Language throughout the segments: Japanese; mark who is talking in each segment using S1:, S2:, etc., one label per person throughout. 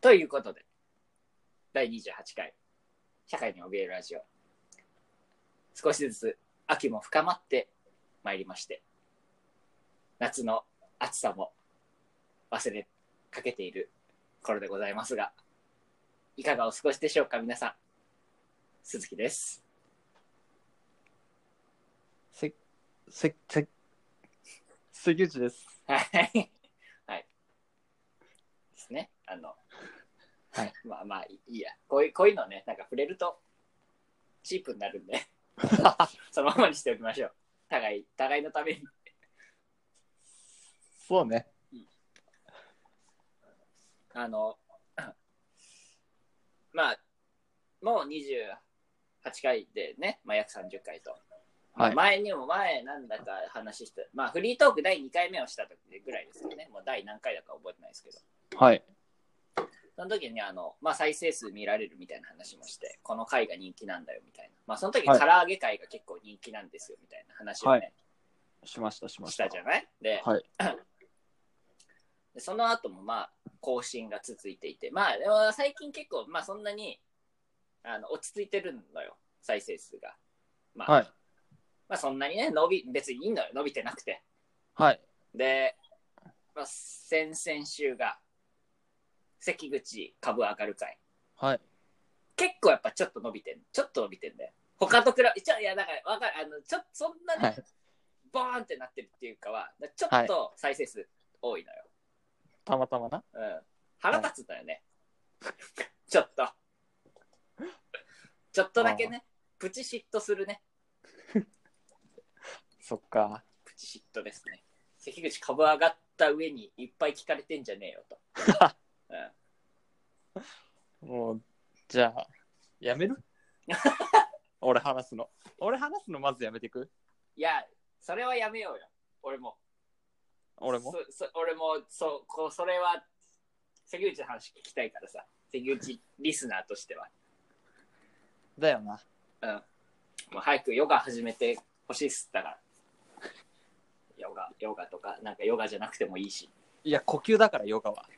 S1: ということで、第28回、社会に怯えるラジオ。少しずつ秋も深まってまいりまして、夏の暑さも忘れかけている頃でございますが、いかがお過ごしでしょうか、皆さん。鈴木です。
S2: せ、せ、せ、関口です。
S1: はい。はい。ですね。あの、
S2: はい。
S1: まあまあ、いいや。こういう、こういうのね、なんか触れると、チープになるん で、そのままにしておきましょう。互い、互いのために。
S2: そうね。
S1: あの、 まあ、もう28回でね、まあ、約30回と。まあ
S2: はい
S1: 前にも前なんだか話して、まあフリートーク第2回目をした時ぐらいですよね。もう第何回だか覚えてないですけど。
S2: はい。
S1: その時にあの、まあ、再生数見られるみたいな話もして、この回が人気なんだよみたいな。まあ、その時、唐
S2: はい
S1: 揚げ回が結構人気なんですよみたいな話をね、
S2: しました、しま
S1: し
S2: した。
S1: たじゃないで、
S2: はい。
S1: でその後もまあ、更新が続いていて、まあ、でも最近結構、まあ、そんなに、あの、落ち着いてるのよ、再生数が。まあ、
S2: はい。
S1: まあ、そんなにね、伸び、別にいいのよ、伸びてなくて。
S2: はい。
S1: で、まあ、先々週が、関口株上がる会。
S2: はい。
S1: 結構やっぱちょっと伸びてん、ちょっと伸びてんだよ。他と比べ、ちょいや、だから、わかる、あの、ちょっと、そんなに、
S2: はい
S1: ボーンってなってるっていうかは、ちょっと再生数多いのよ。
S2: たまたまな。
S1: うん。腹立つんだよね。ちょっと。ちょっとだけね、プチ嫉妬するね。
S2: そっか。
S1: プチ嫉妬ですね。関口株上がった上にいっぱい聞かれてんじゃねえよと。うん
S2: もう、じゃあ、やめる 俺話すの。俺話すのまずやめていく
S1: いや、それはやめようよ。俺も。
S2: 俺も
S1: そそ俺もそうこうそれは関口の話聞きたいからさ関口リスナーとしては
S2: だよな。
S1: もう早くヨガ始めてほしいっすだからヨガヨガとかなんかヨガじゃなくてもいいし
S2: いや、呼吸だから、ヨガは。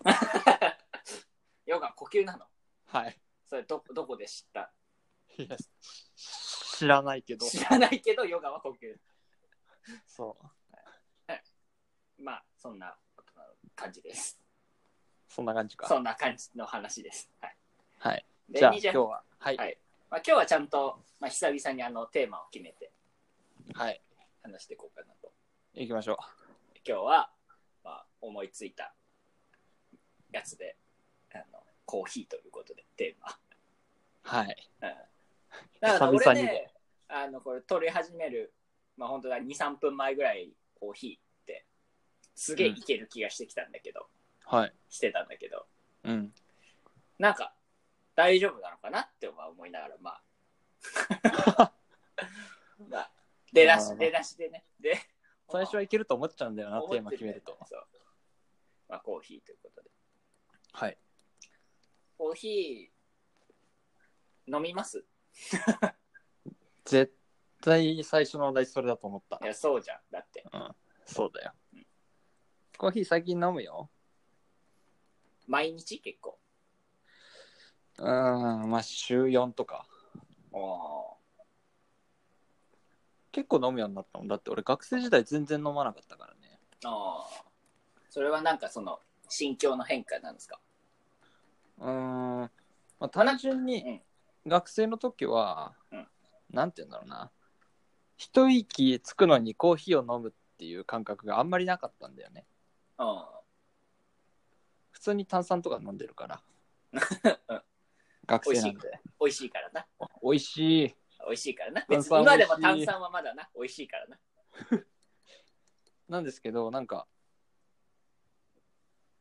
S1: ヨガ呼吸なの
S2: はい。
S1: それどどこで知った
S2: いや、知らないけど。
S1: 知らないけどヨガは呼吸
S2: そう。
S1: まあそんな感じです
S2: そんな感じか。
S1: そんな感じの話ですはい
S2: はい。
S1: で
S2: じゃあ、
S1: 28
S2: 今日は。はい
S1: は。いまあ、今日はちゃんと、まあ、久々にあのテーマを決めて
S2: はい。
S1: 話していこうかなと
S2: 行きましょう。
S1: 今日は、まあ、思いついたやつであのコーヒーということでテーマ
S2: はい。
S1: だから
S2: 久
S1: 俺
S2: 々に
S1: ね
S2: ね
S1: あのこれ撮り始めるまあ本当だ23分前ぐらいコーヒーってすげえいける気がしてきたんだけど、
S2: はい。
S1: してたんだけど
S2: うん。
S1: なんか大丈夫なのかなってまあ思いながらま あまあ出だし出だしでねで
S2: 最初はいけると思っちゃうんだよな、テーマ決めると。
S1: そうまあコーヒーということで
S2: はい。
S1: コーヒー飲みます
S2: 絶対最初のお題それだと思った
S1: い。や、そうじゃん。だって。
S2: そうだよ。コーヒー最近飲むよ。
S1: 毎日結構。
S2: うーん、まあ週4とか。
S1: お
S2: 結構飲むようになったもん。だって俺学生時代全然飲まなかったからね。
S1: あー。それはなんかその、心境の変化なんですか
S2: うーん、まあ単純
S1: うん
S2: に学生の時は、
S1: うん
S2: なんて言うんだろうな。一息つくのにコーヒーを飲むっていう感覚があんまりなかったんだよね。
S1: うん。
S2: 普通に炭酸とか飲んでるから
S1: うん。
S2: 学生なんで。
S1: 美味しいからな。
S2: 美味しい。
S1: 美味しいからな。
S2: 炭
S1: 別
S2: 酸
S1: に今でも
S2: 美味
S1: 炭
S2: しい
S1: 酸はまだな。美味しいからな。
S2: なんですけど、なんか、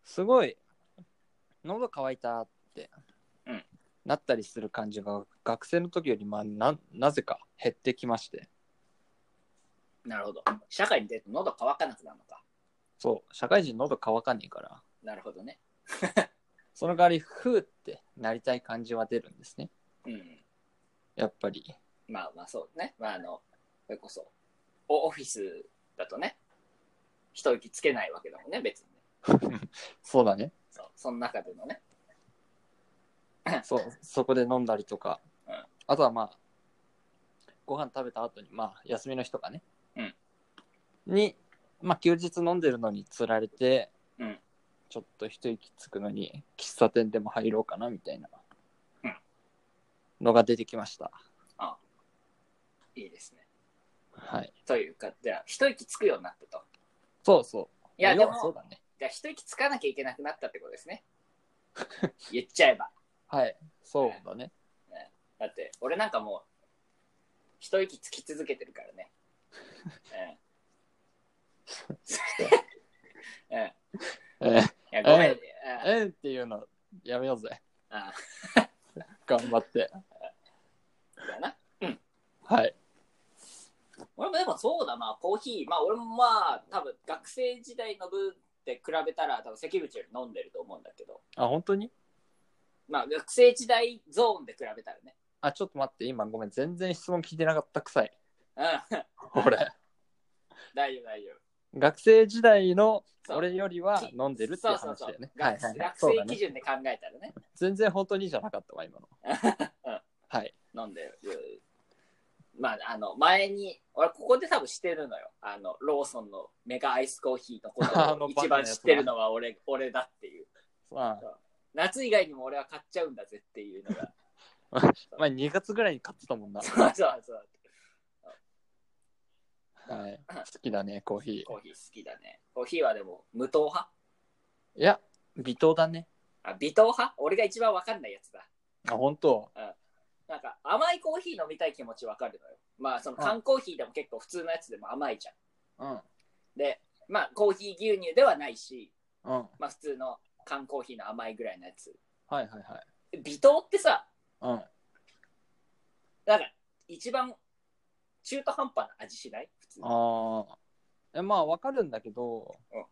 S2: すごい、喉乾いたって、
S1: うん
S2: なったりする感じが、学生の時より、まあ、な、なぜか減ってきまして、
S1: なるほど。社会に出ると喉乾かなくなるのか。
S2: そう、社会人喉乾かねえから、
S1: なるほどね。
S2: その代わり、ふーってなりたい感じは出るんですね。
S1: うん。
S2: やっぱり。
S1: まあまあそうね。まああの、それこそ、おオフィスだとね、一息つけないわけだもんね、別にね。
S2: そうだね。
S1: そう。その中でのね。
S2: そう、そこで飲んだりとか
S1: うん、
S2: あとはまあ、ご飯食べた後に、まあ、休みの日とかね、
S1: うん
S2: に、まあ、休日飲んでるのにつられて、
S1: うん
S2: ちょっと一息つくのに、喫茶店でも入ろうかなみたいな
S1: うん
S2: のが出てきました。
S1: いいですね。
S2: はい。
S1: というか、じゃあ、一息つくようになったと。
S2: そうそう。
S1: いや
S2: ま
S1: で
S2: あ
S1: も
S2: 要はそうだね。
S1: じゃあ、一息つかなきゃいけなくなったってことです ね。言っちゃえば。
S2: はい。そうだね。
S1: だって、俺なんかもう、一息つき続けてるから ね。うん。うん。い
S2: えー
S1: や、ごめん。
S2: え
S1: うん
S2: えーっていうの、やめようぜ。
S1: あ
S2: 頑張って。
S1: だよな。
S2: はい。
S1: 俺もでもそうだな、コーヒー。まあ、俺もまあ、多分、学生時代の分って比べたら、多分、関口より飲んでると思うんだけど、
S2: あ、本当に
S1: まあ、学生時代ゾーンで比べたらね。
S2: あ、ちょっと待って。今、ごめん。全然質問聞いてなかったくさい。
S1: うん。
S2: 俺。
S1: 大丈夫、大丈夫。
S2: 学生時代の
S1: そう
S2: 俺よりは
S1: き
S2: 飲んでるっていう話だよね。はい
S1: 学
S2: はいはい
S1: 学
S2: そう
S1: 生
S2: だ
S1: 基
S2: ね。
S1: 準で考えたらね、
S2: 全然本当にじゃなかったわ、今の。はい。
S1: 飲んでる。まあ、あの、前に、俺、ここで多分知ってるのよ。あの、ローソンのメガアイスコーヒーのこ
S2: あ
S1: と
S2: の
S1: を一番知ってるのは俺、俺だっていう。
S2: ま
S1: 夏以外にも俺は買っちゃうんだぜっていうのが。
S2: あ、まあ、2月ぐらいに買ってたもんな。
S1: そうそうそう。
S2: はい。好きだね、コーヒー。い
S1: コーヒー好きだね。コーヒーはでも、無糖派
S2: や、微糖だね。
S1: あ、微糖派俺が一番わかんないやつだ。
S2: あ、本当
S1: なんか、甘いコーヒー飲みたい気持ちわかるのよ。まあ、その缶コーヒーでも結構普通のやつでも甘いじゃん。
S2: うん。
S1: で、まあ、コーヒー牛乳ではないし、
S2: うん。はい
S1: まあ、普通の缶コーヒーの甘いぐらいのやつ。
S2: はい
S1: 微糖ってさ、
S2: はい。
S1: なんか一番中途半端な味しない普通
S2: うん。ああ。えまあ、わかるんだけど、
S1: うん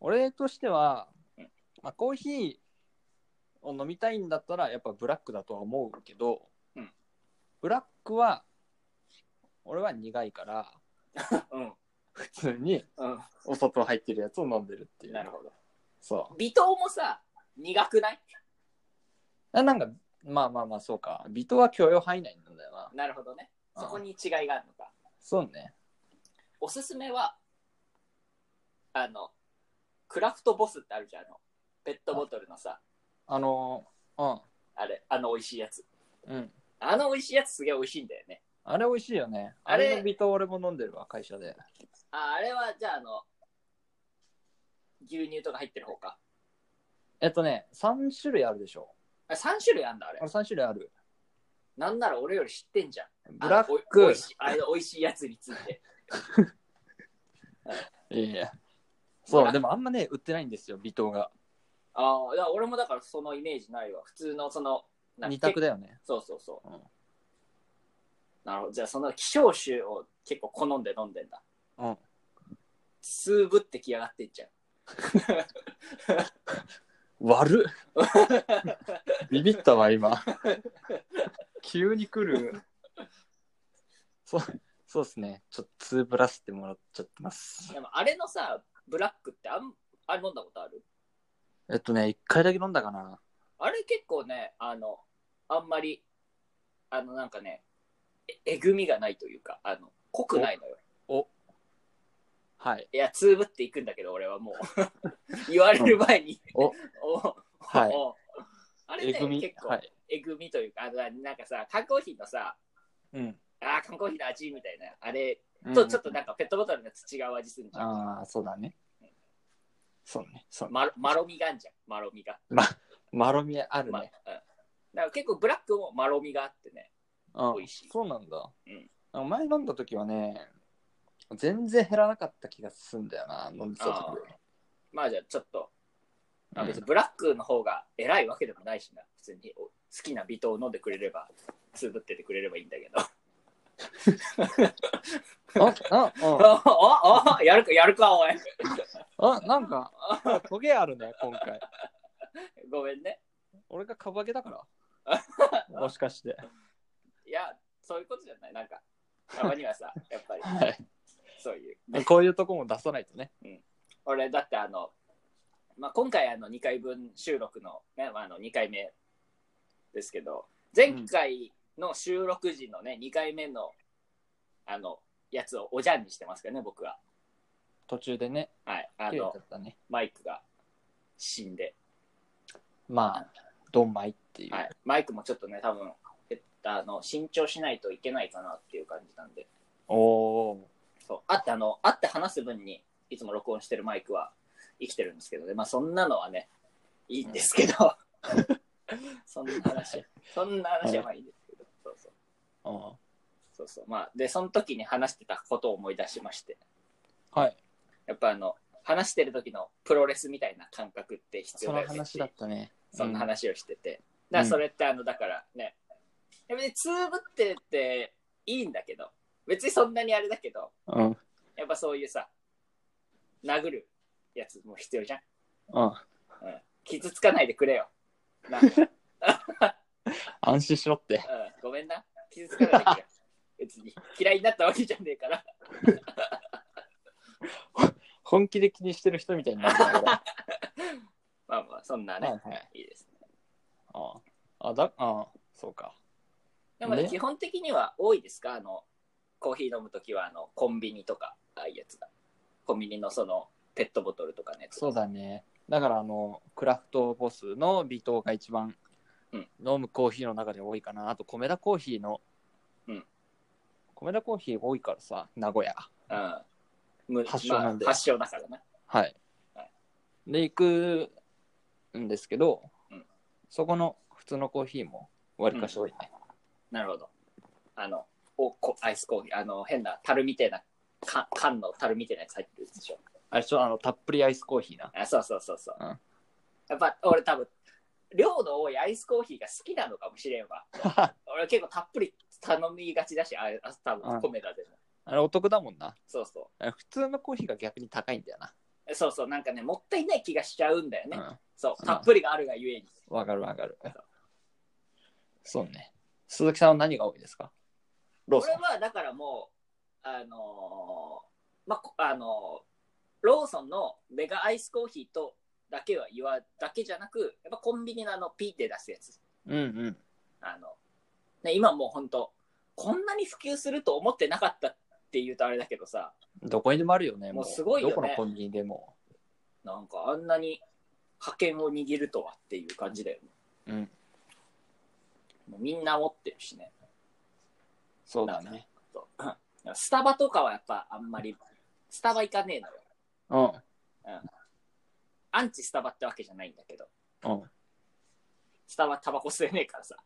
S2: 俺としては
S1: うん、
S2: まあ、コーヒーを飲みたいんだったら、やっぱブラックだとは思うけど、
S1: うん
S2: ブラックは、俺は苦いから、
S1: うん。
S2: 普通に
S1: う
S2: お砂糖入ってるやつを飲んでるってい
S1: ん。
S2: う。
S1: なるほど。
S2: そう
S1: 微糖もさ、苦くない
S2: あ。なんか、まあまあまあ、そうか。微糖は許容範囲内なんだよな。
S1: なるほどね。そこ
S2: うん
S1: に違いがあるのか。
S2: そうね。
S1: おすすめは、あの、クラフトボスってあるじゃん。あの、ペットボトルのさ、
S2: あの、うん。
S1: あれ、あの美味しいやつ。
S2: うん。
S1: あの美味しいやつすげえ美味しいんだよね。
S2: あれ美味しいよね。
S1: あ
S2: あ
S1: れ
S2: れの微糖俺も飲んでるわ、会社で。
S1: ああれは、じゃあ、あの、牛乳とか入ってる方か。
S2: えっとね、3種類あるでしょ。
S1: あ3種類あんだ、あれ
S2: あ。れ3種類ある。
S1: なんなら俺より知ってんじゃん。
S2: ブラ
S1: あ
S2: ッ
S1: のおいお
S2: ク
S1: い。しいあれの美味しいやつについて。
S2: いやいや。そ
S1: ブラ
S2: う、でもあんまね、売ってないんですよ、微糖が。
S1: ああ、いや俺もだからそのイメージないわ。普通のその、なんか
S2: 二択
S1: け
S2: だよね。
S1: そうそうそう。
S2: うん
S1: なるほど。じゃあその希少種を結構好んで飲んでんだ。
S2: うん。
S1: スーブってきやがってんじゃん。
S2: 悪 っビビったわ、今。急に来る。そう、そうですね。ちょっと2ブラスってもらっちゃってます。
S1: でもあれのさ、ブラックってあん、あれ飲んだことある
S2: えっとね、一回だけ飲んだかな。
S1: あれ結構ね、あの、あんまり、あのなんかね、ええぐみがないというか、あの、濃くないのよ。
S2: はい。
S1: いや、つぶっていくんだけど、俺はもう。 言われる前に。
S2: お
S1: お
S2: はい
S1: おあれ
S2: え
S1: ね、
S2: ぐみ。
S1: 結構、
S2: はい。
S1: えぐみというか、あのなんかさ、缶コーヒーのさ、
S2: うん。
S1: あー缶コーヒーの味みたいな、あれとちょっとなんかペットボトルの土が味するじゃん。
S2: ああ、そうだね。そうね。そう。
S1: まろまろみがあんじゃん、まろみが。
S2: まろみある
S1: まうん
S2: ね
S1: だ。から結構ブラックもまろみがあってね。
S2: うん
S1: 美味しい
S2: そうなんだ。
S1: うん
S2: あの前飲んだ時はね、全然減らなかった気がすんだよな、飲んでた時
S1: まあじゃあちょっと、まあ別
S2: う
S1: に
S2: ん
S1: ブラックの方が偉いわけでもないしな、普通にお好きな微糖を飲んでくれれば、つぶっててくれればいいんだけ ど。
S2: あ、
S1: お
S2: あ、
S1: おおやるか、やるか、おい。
S2: あ、あ、なんか、トゲあるね、今回。
S1: ごめんね。
S2: 俺が株上げ だから。もしかして。
S1: いや、そういうことじゃない。なんか、たまにはさ、やっぱり、
S2: はい。
S1: そういう。
S2: こういうとこも出さないとね。
S1: 俺、だってあの、まあ、今回あの2回分収録の、ね、まああの2回目ですけど、前回の収録時のね、2回目の、あの、やつをおじゃんにしてますからね、僕は。
S2: 途中でね、
S1: はい。あ
S2: 切れちゃ
S1: の、
S2: ったね。
S1: マイクが死んで。
S2: まあ、ドンマイっていう。
S1: はい。マイクもちょっとね、多分、えあの、新調しないといけないかなっていう感じなんで。
S2: おお
S1: そう。あって、あの、あって話す分に、いつも録音してるマイクは生きてるんですけどね。まあ、そんなのはね、いいんですけど。 そんな話、そんな話はまあいいんですけど。そうそう。
S2: ー。うん
S1: そうそう。まあ、で、その時に話してたことを思い出しまして。
S2: はい。
S1: やっぱあの、話してる時のプロレスみたいな感覚って必
S2: そ
S1: 要だ
S2: の
S1: よねっていう。
S2: 話だったね。
S1: そんな
S2: うん
S1: 話をしてて。だからそれって、あの、だからね、やっぱりつぶってっていいんだけど、別にそんなにあれだけど、
S2: うん。うん。
S1: やっぱそういうさ、殴るやつも必要じゃん。傷つかないでくれよ。なん か、うん、
S2: 安心しろって。
S1: ごめんな。傷つかないでくれ。別に嫌いになったわけじゃねえから。
S2: 本気で気にしてる人みたいになるんだか
S1: まあまあ、そんな
S2: ら。は
S1: ね、
S2: いはい。
S1: いいですね。
S2: ああ。あ、だ、ああ、そうか。
S1: でもね、
S2: ね
S1: 基本的には多いですかあの、コーヒー飲むときは、あの、コンビニとか、ああいうやつが。コンビニのその、ペットボトルとかね。
S2: そうだね。だから、あの、クラフトボスの微糖が一番、
S1: うん
S2: 飲むコーヒーの中で多いかな。あと、米田コーヒーの、
S1: うん。
S2: 米田コーヒー多いからさ、名古屋。
S1: うん。む
S2: 発祥なんで
S1: まあ、発祥だからな。
S2: はい
S1: は。
S2: で、行くんですけど、
S1: うん
S2: そこの普通のコーヒーも、わりかし多いね。
S1: なるほど。あの、おこアイスコーヒー、あの、変な樽みたいな、か缶の樽みたいなやつ入ってるでしょ。
S2: あれ、ちょ、あの、たっぷりアイスコーヒー な。
S1: あそうそうそうそう。
S2: うん
S1: やっぱ、俺多分、量の多いアイスコーヒーが好きなのかもしれんわ。俺結構たっぷり頼みがちだし、ああ多
S2: う
S1: 分
S2: ん
S1: 米田でも。
S2: あれ、お得だもんな。
S1: そうそ
S2: あれ普通のコーヒーが逆に高いんだよな。
S1: う。そうそう、なんかね、もったいない気がしちゃうんだよね。
S2: う
S1: そう、
S2: うん
S1: たっぷりがあるがゆえに。
S2: ん。わかるわかる。そうね。鈴木さんは何が多いですかローソ
S1: 俺
S2: ン。
S1: はだからもう、あのーまあ、こあのーローソンのメガアイスコーヒーとだけは言わ、だけじゃなく、やっぱコンビニのあの、ピーって出すやつ。
S2: うんうん。
S1: あの、ね、今もう本当こんなに普及すると思ってなかったって言うとあれだけどさ、
S2: どこにでもあるよね。
S1: もうすごいよね
S2: どこのコンビニでも。
S1: なんかあんなに覇権を握るとはっていう感じだよね。
S2: うん。
S1: もうみんな持ってるしね。
S2: そうだね。
S1: そう うんスタバとかはやっぱあんまり、スタバ行かねえのよ。
S2: うん。
S1: アンチスタバってわけじゃないんだけど、
S2: うん。
S1: スタバタバコ吸えねえからさ。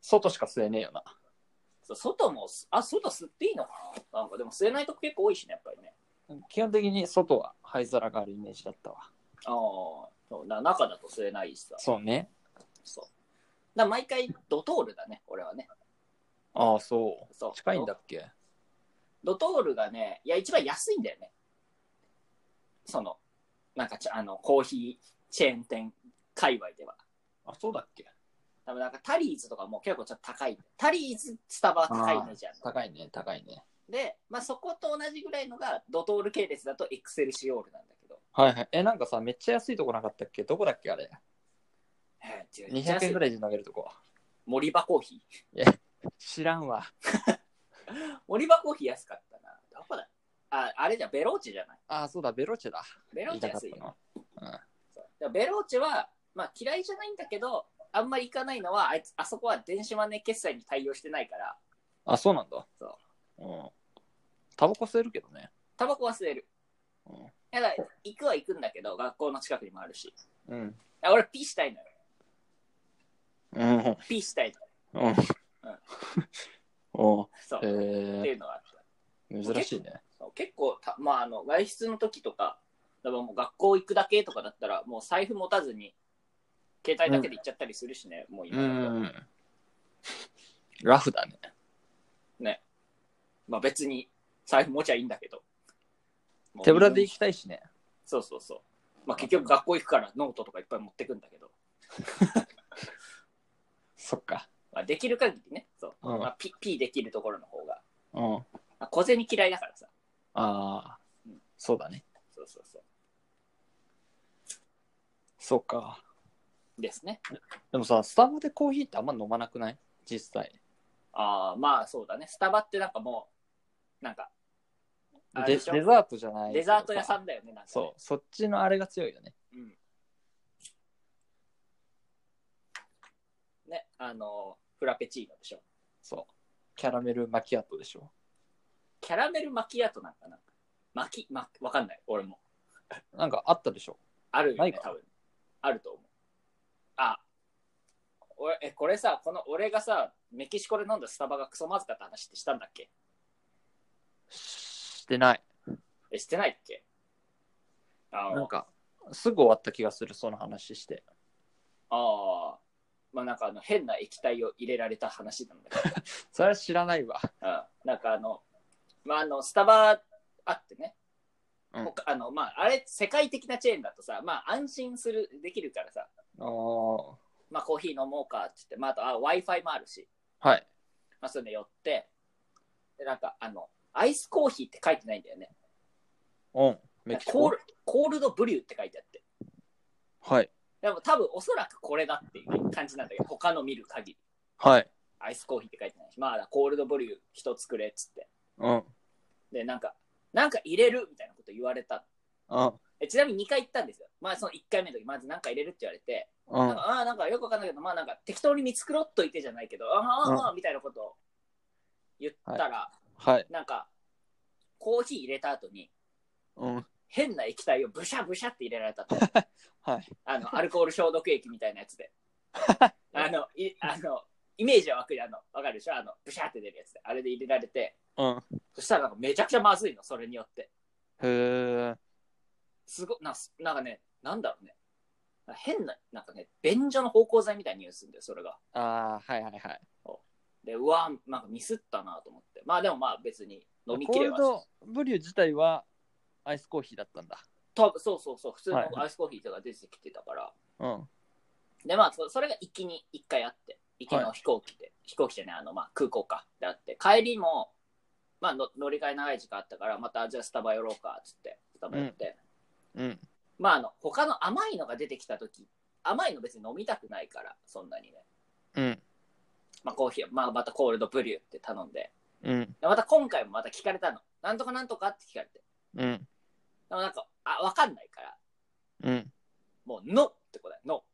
S2: 外しか吸えねえよな。
S1: そう外もす、あ、外吸っていいのかななんかでも吸えないとこ結構多いしね、やっぱりね。
S2: 基本的に外は灰皿があるイメージだったわ。
S1: ああ、そうな中だと吸えないしさ。
S2: そうね。
S1: そう。だから毎回ドトールだね、俺はね。
S2: ああ、そ
S1: そう
S2: う。。近いんだっけ
S1: ド。ドトールがね、いや、一番安いんだよね。その、なんかちあの、コーヒーチェーン店界隈では。
S2: あ、そうだっけ
S1: 多分なんかタリーズとかも結構ちょっと高い。タリーズ、スタバは高いねじゃん。
S2: 高いね、高いね。
S1: で、まあ、そこと同じぐらいのがドトール系列だとエクセルシオールなんだけど。
S2: はいはい。え、なんかさ、めっちゃ安いとこなかったっけどこだっけあれ。
S1: えー違う
S2: 200円ぐらいで投げるとこ。
S1: 森場コーヒ
S2: 知らんわ。
S1: ー。森場コーヒー安かったな。どこだあ、あれじゃんベローチェじゃない。
S2: ああ、そうだ、ベロチェだ。
S1: ベロー
S2: 言い
S1: チェ
S2: たかっ
S1: 安いよ
S2: た。な。
S1: そうだからベローチェは、まあ、嫌いじゃないんだけど、あんまり行かないのは、あいつ、あそこは電子マネー決済に対応してないから、
S2: あ、そうなんだ。。
S1: そう
S2: うん。タバコ吸えるけどね。
S1: タバコ忘れる。
S2: うん
S1: だから、行くは行くんだけど、学校の近くにもあるし。
S2: うん。
S1: だから俺、ピーしたいのよ。
S2: うん。
S1: ピーしたいの。
S2: うん。お
S1: そう。っ
S2: え
S1: ていうのがあった。
S2: ー、珍しいね。
S1: そう結構た、まあ、あの、外出の時とか、だからもう学校行くだけとかだったら、もう財布持たずに、携帯だけで行っちゃったりするしね、もう今
S2: う
S1: だと。
S2: ん。ラフだね。
S1: まあ別に、財布持ちゃいいんだけど。
S2: 手ぶらで行きたいしね。
S1: そうそうそう。まあ結局学校行くからノートとかいっぱい持ってくんだけど、
S2: そっか。
S1: まあ、できる限りね、そう。
S2: うん
S1: まあ、ピピーできるところの方が。
S2: うん。あ
S1: まあ、小銭嫌いだからさ。
S2: あー
S1: うん、
S2: そうだね。
S1: そうそうそう。
S2: そうか。
S1: ですね。
S2: でもさ、スタバでコーヒーってあんま飲まなくない実際。
S1: ああ、まあそうだね。スタバってなんかもう、なんか、あれ
S2: デ
S1: で
S2: デ
S1: しょ
S2: ザートじゃない。
S1: デザート屋さんだよね、なんか、ね。
S2: そう、そっちのあれが強いよね。
S1: うん。ね、あの、フラペチーノでしょ。
S2: そう。キャラメルマキアットでしょ。
S1: キャラメルマキアートなんかな巻き、ま、わかんない。俺も。
S2: なんかあったでしょ。
S1: あるよ
S2: ない
S1: ね、
S2: か
S1: 多分。あると思う。あ、俺、え、これさ、この俺がさ、メキシコで飲んだスタバがクソまずかった話ってしたんだっけ
S2: してない。
S1: え、してないっけあ
S2: なん
S1: の
S2: か、すぐ終わった気がする、その話して。
S1: あー、まあなんかあの、変な液体を入れられた話なんだけど。
S2: それは知らないわ。
S1: うんなんかあの、まあ、あのスタバあってね、
S2: うん
S1: 他あのまあ、あれ、世界的なチェーンだとさ、まあ、安心するできるからさ、
S2: ああ。は
S1: まあ、コーヒー飲もうかって言って、まあ、あとあ w i f i もあるし、
S2: い。
S1: まあ、そういうの寄ってで、なんかあの、アイスコーヒーって書いてないんだよね。
S2: うん。メ
S1: なん
S2: キ
S1: か
S2: シ
S1: コー
S2: コ
S1: ル。コールドブリューって書いてあって、
S2: はい。
S1: でも多分おそらくこれだっていう感じなんだけど、他の見る限り、
S2: はい。
S1: アイスコーヒーって書いてないし、まあ、コールドブリュー一つくれっつって、
S2: うん。
S1: で、なんか、なんか入れるみたいなこと言われたの
S2: うん。
S1: えちなみに2回行ったんですよ。まあその1回目の時、まず何か入れるって言われて、
S2: う
S1: なん
S2: ん。
S1: かああ、なんかよくわかんないけど、まあなんか適当に見繕っといてじゃないけど、ああ、ああみたいなことを言ったら、
S2: はい。
S1: なんかコーヒー入れた後に
S2: うん。
S1: 変な液体をブシャブシャって入れられたと。
S2: はい。
S1: あの、アルコール消毒液みたいなやつ で。あの、いあの、イメージはわかる、あの、わかるでしょあの、ブシャって出るやつで。あれで入れられて、
S2: うん。
S1: そしたらなんかめちゃくちゃまずいの、それによって。
S2: へえ。
S1: すごな、なんかね、なんだろうね。なんか変な、なんかね、便所の芳香剤みたいにニュースんだよ、それが。
S2: ああ、はいはいはい。
S1: で、うわなんかミスったなと思って。まあでもまあ別に飲みきれば
S2: コールドブリュー自体はアイスコーヒーだったんだ。
S1: 多分そうそうそう、普通
S2: はい
S1: のアイスコーヒーとか出てきてたから。
S2: うん。
S1: で、まあそそれが一気に一回あって、行き
S2: は
S1: の
S2: い
S1: 飛行機で、飛行機じゃない、あの、まあ空港か、であって、帰りも、まあの乗り換え長い時間あったから、またじゃあスタバ寄ろうか、つって、スタバ寄って。
S2: うん。
S1: まああの、他の甘いのが出てきた時甘いの別に飲みたくないから、そんなにね。
S2: うん。
S1: まあ、コーヒー、まあ、またコールドブリューって頼んで、
S2: うん。
S1: でまた今回もまた聞かれたの。なんとかなんとかって聞かれて。
S2: うん。
S1: でもなんか、あ、わかんないから、
S2: うん。
S1: もう、ノーって答え、ノ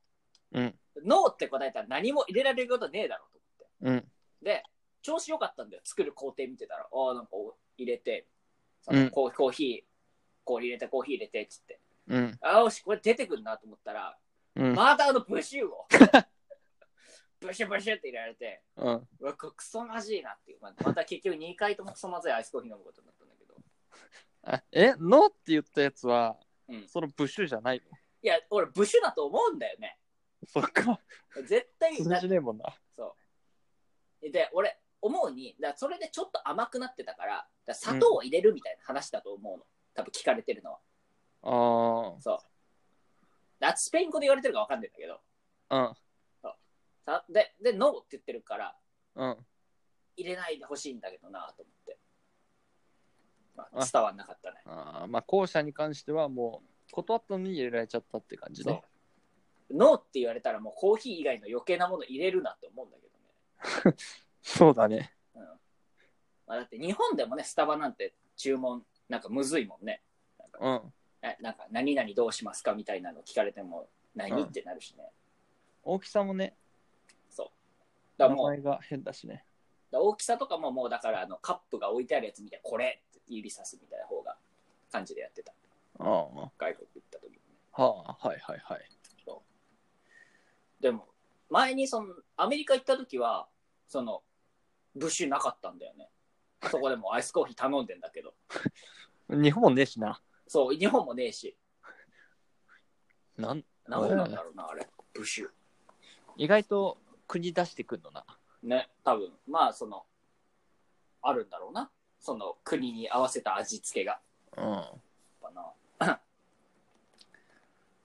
S2: うん。
S1: ー。ノーって答えたら何も入れられることねえだろうと思っ
S2: うん。
S1: て。で、調子良かったんだよ。作る工程見てたら、ああ、なんかお入れて、そうの
S2: ん
S1: コーコーヒー、氷入れて、コーヒー入れて、っつって。
S2: うん。
S1: ああ、よし、これ出てくるなと思ったら、
S2: うん。
S1: またあのブシュー を、ブシュブシュって入れられて、
S2: うん。
S1: うわ、これクソまじいなっていう。まあまた結局2回ともクソまずいアイスコーヒー飲むことになったんだけど。
S2: あえ、ノーって言ったやつは、
S1: うん
S2: そのブッシュじゃないの
S1: いや、俺、ブッシュだと思うんだよね。
S2: そっか。
S1: 絶対
S2: 通
S1: な、
S2: じねえもんな。
S1: そう。で、俺、思うに、だからそれでちょっと甘くなってたから、だから砂糖を入れるみたいな話だと思うの。多分聞かれてるのは。
S2: あ
S1: だからスペイン語で言われてるかわかんないんだけど。
S2: あ。
S1: さで、で、ノーって言ってるから、
S2: うん。うん。
S1: 入れないでほしいんだけどなと思って。まあ、
S2: あ
S1: 伝わんなかったね。
S2: あーまあ、後者に関してはもう、断ったのに入れられちゃったって感じね。
S1: そう。ノーって言われたら、もうコーヒー以外の余計なもの入れるなって思うんだけどね。
S2: そうだね。
S1: うんまあ、だって日本でもね、スタバなんて注文、なんかむずいもんね。
S2: うん。
S1: えなんか何々どうしますかみたいなの聞かれても何、
S2: うん
S1: ってなるしね。
S2: 大きさもね、
S1: そう。だ
S2: 名
S1: からもう、だか
S2: 前が変だしね。
S1: ら大きさとかももうだからあのカップが置いてあるやつみたいな、これって指さすみたいな方が感じでやってた。
S2: ああ。は
S1: 外国行った時に、ね。
S2: あ、はいはいはい。
S1: でも、前にそのアメリカ行った時は、その、ブッシュなかったんだよね。そこでもうアイスコーヒー頼んでんだけど。
S2: 日本もねえしな。
S1: そう、日本もねえし。
S2: なん
S1: 何なんだろうな、あれ。ブッシュ。
S2: 意外と国出してくんのな。
S1: ね、多分まあそのあるんだろうなその国に合わせた味付けが
S2: う
S1: かな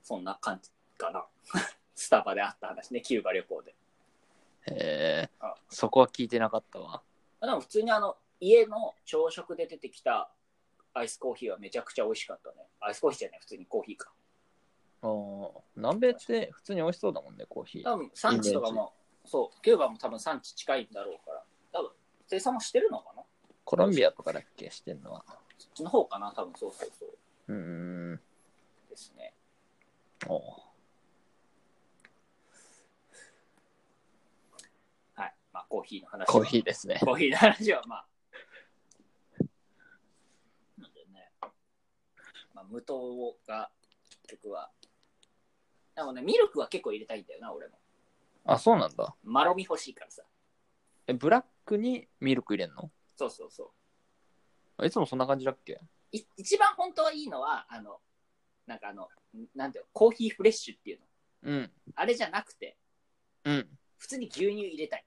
S1: そんな感じかな スタバであった話ねキューバ旅行で
S2: ん。へえ
S1: あ。
S2: そこは聞いてなかったわ。
S1: でも普通にあの家の朝食で出てきたアイスコーヒーはめちゃくちゃ美味しかったねアイスコーヒーじゃない普通にコーヒーか
S2: あー南米って普通に美味しそうだもんね、コーヒー。
S1: 多分産地とかも、そう、キューバも多分産地近いんだろうから、多分生産もしてるのかな
S2: コロンビアとかだっけしてんのは。
S1: そっちの方かな多分そうそうそう
S2: うーん。
S1: ですね。
S2: おー
S1: はい。まあコーヒーの話は。
S2: コーヒーですね。
S1: コーヒーの話はまあ。なんでね、まあ、無糖が結局は。でもね、ミルクは結構入れたいんだよな、俺も。
S2: あ、そうなんだ。
S1: まろみ欲しいからさ。
S2: え、ブラックにミルク入れんの
S1: そうそうそう。
S2: あいつもそんな感じだっけ
S1: い一番本当はいいのは、あの、なんかあの、なんていうの、コーヒーフレッシュっていうの。
S2: うん。
S1: あれじゃなくて、
S2: うん。
S1: 普通に牛乳入れたい。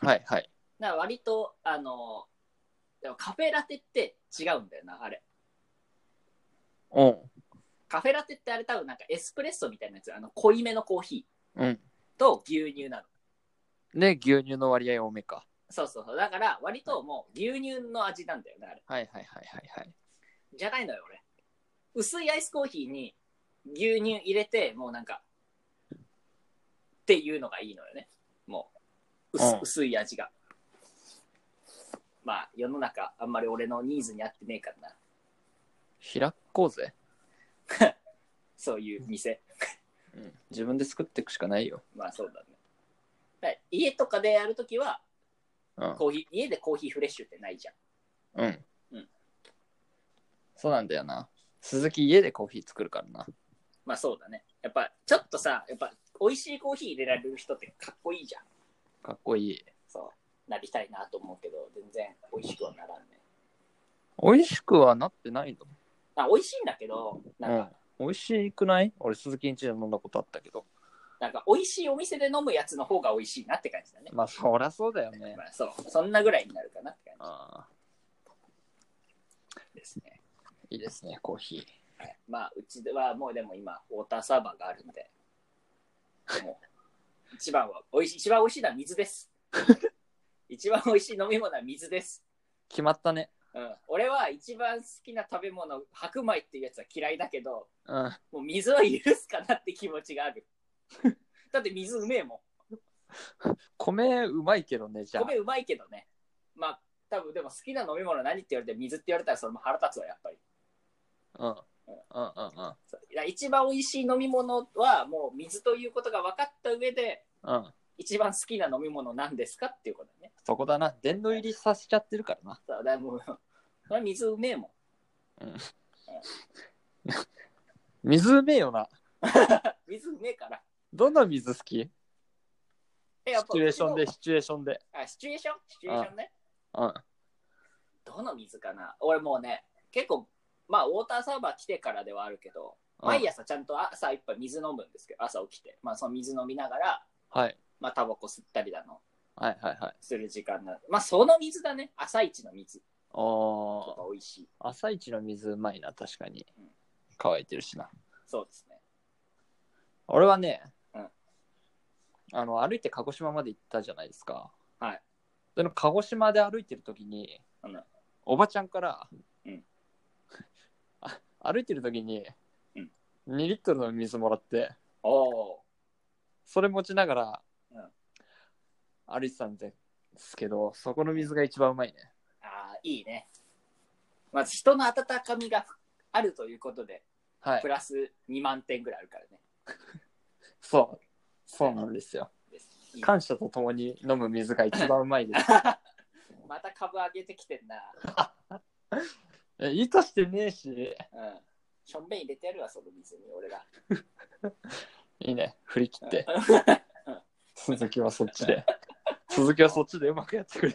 S2: はいはい。
S1: だから割と、あの、でもカフェラテって違うんだよな、あれ。
S2: おう
S1: カフェラテってあれ多分なんかエスプレッソみたいなやつ、あの濃いめのコーヒ
S2: うん。
S1: ーと牛乳なの。
S2: で、牛乳の割合多めか。
S1: そうそうそう。だから割ともう牛乳の味なんだよね、あれ。
S2: はいはいはいはいはい。
S1: じゃないのよ、俺。薄いアイスコーヒーに牛乳入れて、もうなんか、っていうのがいいのよね。もう、薄,、
S2: うん
S1: 薄い味が。まあ、世の中あんまり俺のニーズに合ってねえからな。
S2: 開こうぜ。
S1: そういう店。
S2: うん。自分で作っていくしかないよ。
S1: まあそうだね。だから家とかでやるときは
S2: うん。
S1: コーヒー、家でコーヒーフレッシュってないじゃん。
S2: うん。
S1: うん
S2: そうなんだよな。鈴木家でコーヒー作るからな。
S1: まあそうだね。やっぱちょっとさ、やっぱ美味しいコーヒー入れられる人ってかっこいいじゃん。
S2: かっこいい。
S1: そう。なりたいなと思うけど、全然美味しくはならんね。
S2: 美味しくはなってないの
S1: あ美味しいんだけど、なんか、
S2: うん、美味しくない俺鈴木んちで飲んだことあったけど
S1: なんか美味しいお店で飲むやつの方が美味しいなって感じだね。
S2: まあそりゃそうだよね
S1: まあそう。そんなぐらいになるかなって感
S2: ああ
S1: じですね。
S2: いいですねコーヒ
S1: はいまあうちではもうでも今、ウォーターサーバーがあるんで、もう、一番は、おいしい、一番美味しいのは水 です。一番美味しい飲み物は水です。
S2: ー決まったね
S1: うん、俺は一番好きな食べ物、白米っていうやつは嫌いだけど、
S2: うん
S1: もう水は許すかなって気持ちがあ る。だって水うめえも
S2: 米うまいけどねじ
S1: ん。
S2: ゃあ
S1: 米うまいけどね。まあ、多分でも好きな飲み物何って言われて水って言われたらそれも腹立つわ、やっぱり。
S2: うんうんうんうん
S1: そういや一番美味しい飲み物はもう水ということが分かった上で、
S2: うん
S1: 一番好きな飲み物なんですかっていうことね。
S2: そこだな殿堂入りさせちゃってるからな
S1: そうだからもう、 それは水うめえもん。
S2: 水うめえよな
S1: 水うめえから。
S2: どんな水好きシ
S1: え
S2: チュエーション。
S1: やっ
S2: で
S1: ぱ
S2: シチュエーションで
S1: あ、シチュエーションシチュエーションね。
S2: うん
S1: どの水かな俺もうね、結構、まあ、ウォーターサーバー来てからではあるけど、毎
S2: や
S1: 朝ちゃんと朝一杯水飲むんですけど、朝起きて、まあ、その水飲みながら、
S2: はい
S1: まあ、タバコ吸ったりだの、
S2: はいはいはい
S1: する時間なまあ、その水だね。朝一の水と
S2: お
S1: か美味しい。
S2: 朝一の水うまいな確かに
S1: うん
S2: 乾いてるしな
S1: そうですね。
S2: 俺はね、
S1: うん
S2: あの歩いて鹿児島まで行ったじゃないですか。
S1: はい。
S2: その鹿児島で歩いてる時に、
S1: うん
S2: おばちゃんから、
S1: うん
S2: あ歩いてる時に、
S1: うん
S2: 2リットルの水もらって、
S1: おお
S2: それ持ちながら、
S1: うん
S2: 歩いてたんですけど、そこの水が一番うまいね。
S1: ー、ああ、いいね。まず、人の温かみがあるということで、
S2: はい
S1: プ。ラス2万点ぐらいあるからね。
S2: そう。そうなんですよ。
S1: ですいいね
S2: 感謝とともに飲む水が一番うまい です。
S1: また株上げてきてんな。
S2: え意図してねえし、
S1: うん。しょんべん入れてやるわ、その水に、俺ら。
S2: いいね。振り 切って。鈴木はそっちで。鈴木はそっちでうまくやってくれ。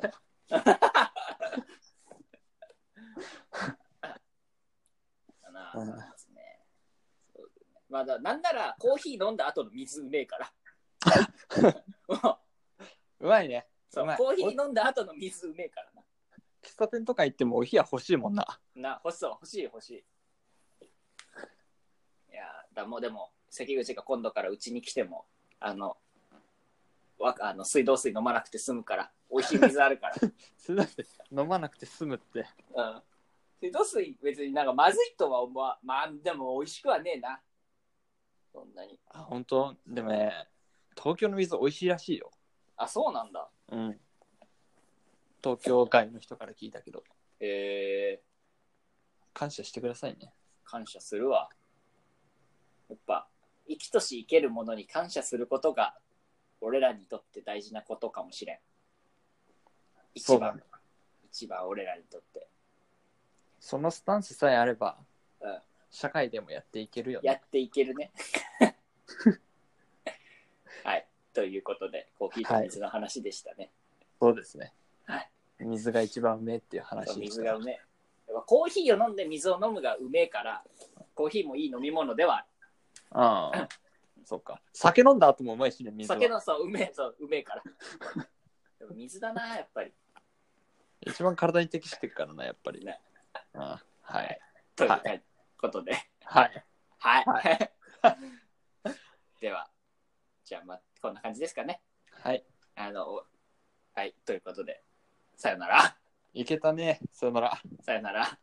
S1: だな
S2: うん
S1: ですね。そうだねまあだ、なんならコーヒー飲んだ後の水うめえ から。 もう
S2: うまいね。
S1: そう
S2: うまい
S1: コーヒー飲んだ後の水うめえからな。
S2: 喫茶店とか行ってもお冷や欲しいもんな。
S1: な、欲しそう、欲しい、欲しい。いやーだもうでも、関口が今度からうちに来ても、あの、わあの水道水飲まなくて済むから、美味しい水あるから。
S2: それだって 飲まなくて済むって。
S1: うん。水道水、別になんかまずいとは思わ、まあでも美味しくはねえな。そんなに。
S2: あ、本当でもね、東京の水美味しいらしいよ。
S1: あ、そうなんだ。
S2: うん。東京外の人から聞いたけど、
S1: え
S2: 感謝してくださいね。
S1: ー、感謝するわ。やっぱ、生きとし生けるものに感謝することが、俺らにとって大事なことかもしれん。一
S2: そうだ
S1: 番、
S2: ね。
S1: 一番俺らにとって。
S2: そのスタンスさえあれば、
S1: うん
S2: 社会でもやっていけるよ
S1: や
S2: ね。
S1: っていける ね。はい。ということで、コーヒーと水の話でしたね。
S2: そうですね。
S1: はい
S2: 水が一番うめえっていう話
S1: そう
S2: でした
S1: 水がうめえやっぱコーヒーを飲んで水を飲むがうめえから、コーヒーもいい飲み物ではある
S2: ああ、そうか。酒飲んだ後もうまいしね、水は
S1: 酒のさ、うめえ、そう、うめえ から。でも水だな、やっぱり。
S2: 一番体に適してるからな、やっぱりね
S1: ね。
S2: ああはい。
S1: ということで。
S2: はい。
S1: はい。
S2: は
S1: では、じゃあ、まあ、こんな感じですかね。
S2: はい。
S1: あの、はい。ということで、さよなら。
S2: いけたね。さよなら。
S1: さよなら。